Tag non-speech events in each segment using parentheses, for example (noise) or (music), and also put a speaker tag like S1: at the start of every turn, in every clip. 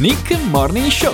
S1: Nick Morning Show.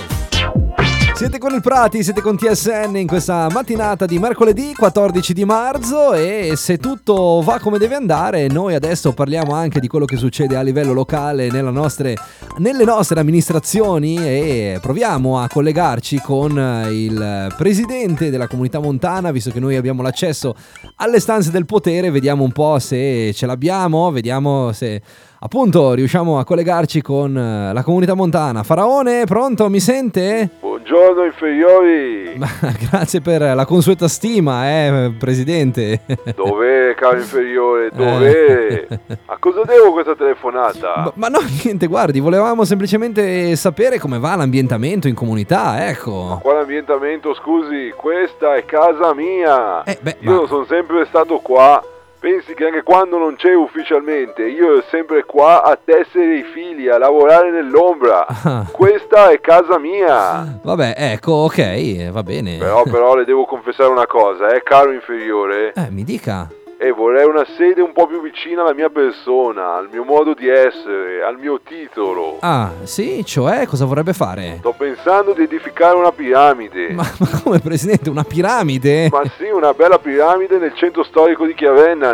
S2: Siete con il Prati, siete con TSN in questa mattinata di mercoledì 14 di marzo e se tutto va come deve andare noi adesso parliamo anche di quello che succede a livello locale nella nostre- nelle nostre amministrazioni e proviamo a collegarci con eh, il presidente della comunità montana visto che noi abbiamo l'accesso alle stanze del potere, vediamo un po' se ce l'abbiamo, vediamo se appunto riusciamo a collegarci con eh, la comunità montana. Faraone, pronto? Mi sente?
S3: Buongiorno inferiori,
S2: Ma (laughs) grazie per la consueta stima, eh, presidente.
S3: dov'è caro inferiore, dov'è?
S2: Eh.
S3: A cosa devo questa telefonata?
S2: Ma, ma no, niente, guardi, volevamo semplicemente sapere come va l'ambientamento in comunità, ecco.
S3: Quale ambientamento, scusi, questa è casa mia.
S2: Eh, beh,
S3: io
S2: ma-
S3: sono sempre stato qua. Pensi che anche quando non c'è ufficialmente, io ero sempre qua a tessere i fili, a lavorare
S2: (laughs)
S3: nell'ombra.
S2: Ah.
S3: Questa è casa mia.
S2: Vabbè, ecco, ok, eh, va bene.
S3: Però, però, le devo confessare una cosa, eh, caro inferiore.
S2: Eh, mi dica.
S3: E vorrei una sede un po' più vicina alla mia persona, al mio modo di essere, al mio titolo.
S2: Ah, sì, cioè, cosa vorrebbe fare?
S3: Sto pensando di edificare una piramide.
S2: Ma, ma come, presidente, una piramide?
S3: Ma sì, una bella piramide nel centro storico di Chiavenna,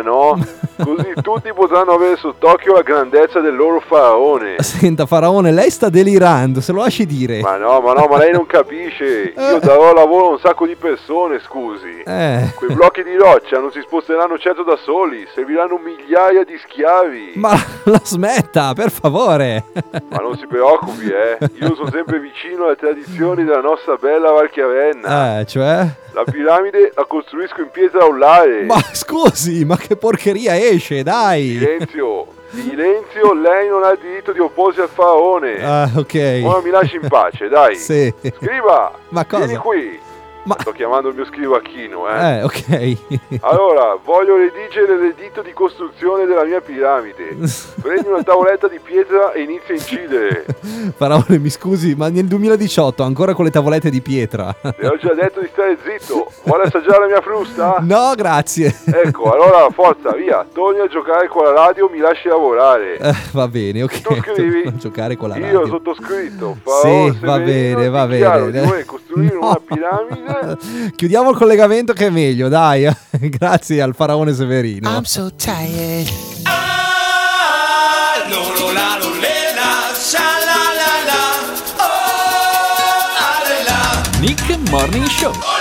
S2: (laughs)
S3: no? Così tutti potranno avere sott'occhio la grandezza del loro faraone.
S2: Senta, Faraone, lei sta delirando, se lo lasci dire.
S3: Ma no, ma no, ma lei non capisce. Io darò lavoro a un sacco di persone, scusi.
S2: Eh.
S3: Quei blocchi di roccia non si sposteranno certo da soli, serviranno migliaia di schiavi.
S2: (laughs) Ma la smetta, per favore.
S3: Ma non si preoccupi, eh. Io sono sempre vicino alle tradizioni della nostra bella Val Chiavenna.
S2: Eh, cioè...
S3: La piramide la costruisco in pietra ollare.
S2: Ma scusi, ma che porcheria esce, dai!
S3: Silenzio, silenzio, lei non ha il diritito di opporsi al faraone.
S2: Ah, ok.
S3: Ora mi lasci in pace, dai.
S2: Sì.
S3: Scriva,
S2: Ma cosa?
S3: vieni qui.
S2: Ma-
S3: Sto chiamando il mio scrivacchino, eh.
S2: Eh, ok. (laughs)
S3: Allora, voglio redigere l'editto di costruzione della mia piramide. Prendi una tavoletta di pietra e inizia a incidere.
S2: Faraone, mi scusi, ma nel 2018 ancora con le tavolette di pietra?
S3: Le ho già detto di stare zitto. Vuole assaggiare la mia frusta?
S2: No, grazie.
S3: Ecco, allora forza, via, torni a giocare con la radio, mi lasci lavorare.
S2: Eh, va bene, ok.
S3: Tu scrivi?
S2: Non giocare con la
S3: Io
S2: radio.
S3: sottoscritto, Paolo
S2: Sì, va
S3: Severino,
S2: bene, va
S3: dichiaro
S2: bene.
S3: di voler costruire una
S2: (laughs) No.
S3: piramide.
S2: Chiudiamo il collegamento che è meglio, dai. (laughs) Grazie al faraone Severino.
S4: I'm so tired.
S1: Nick Morning Show.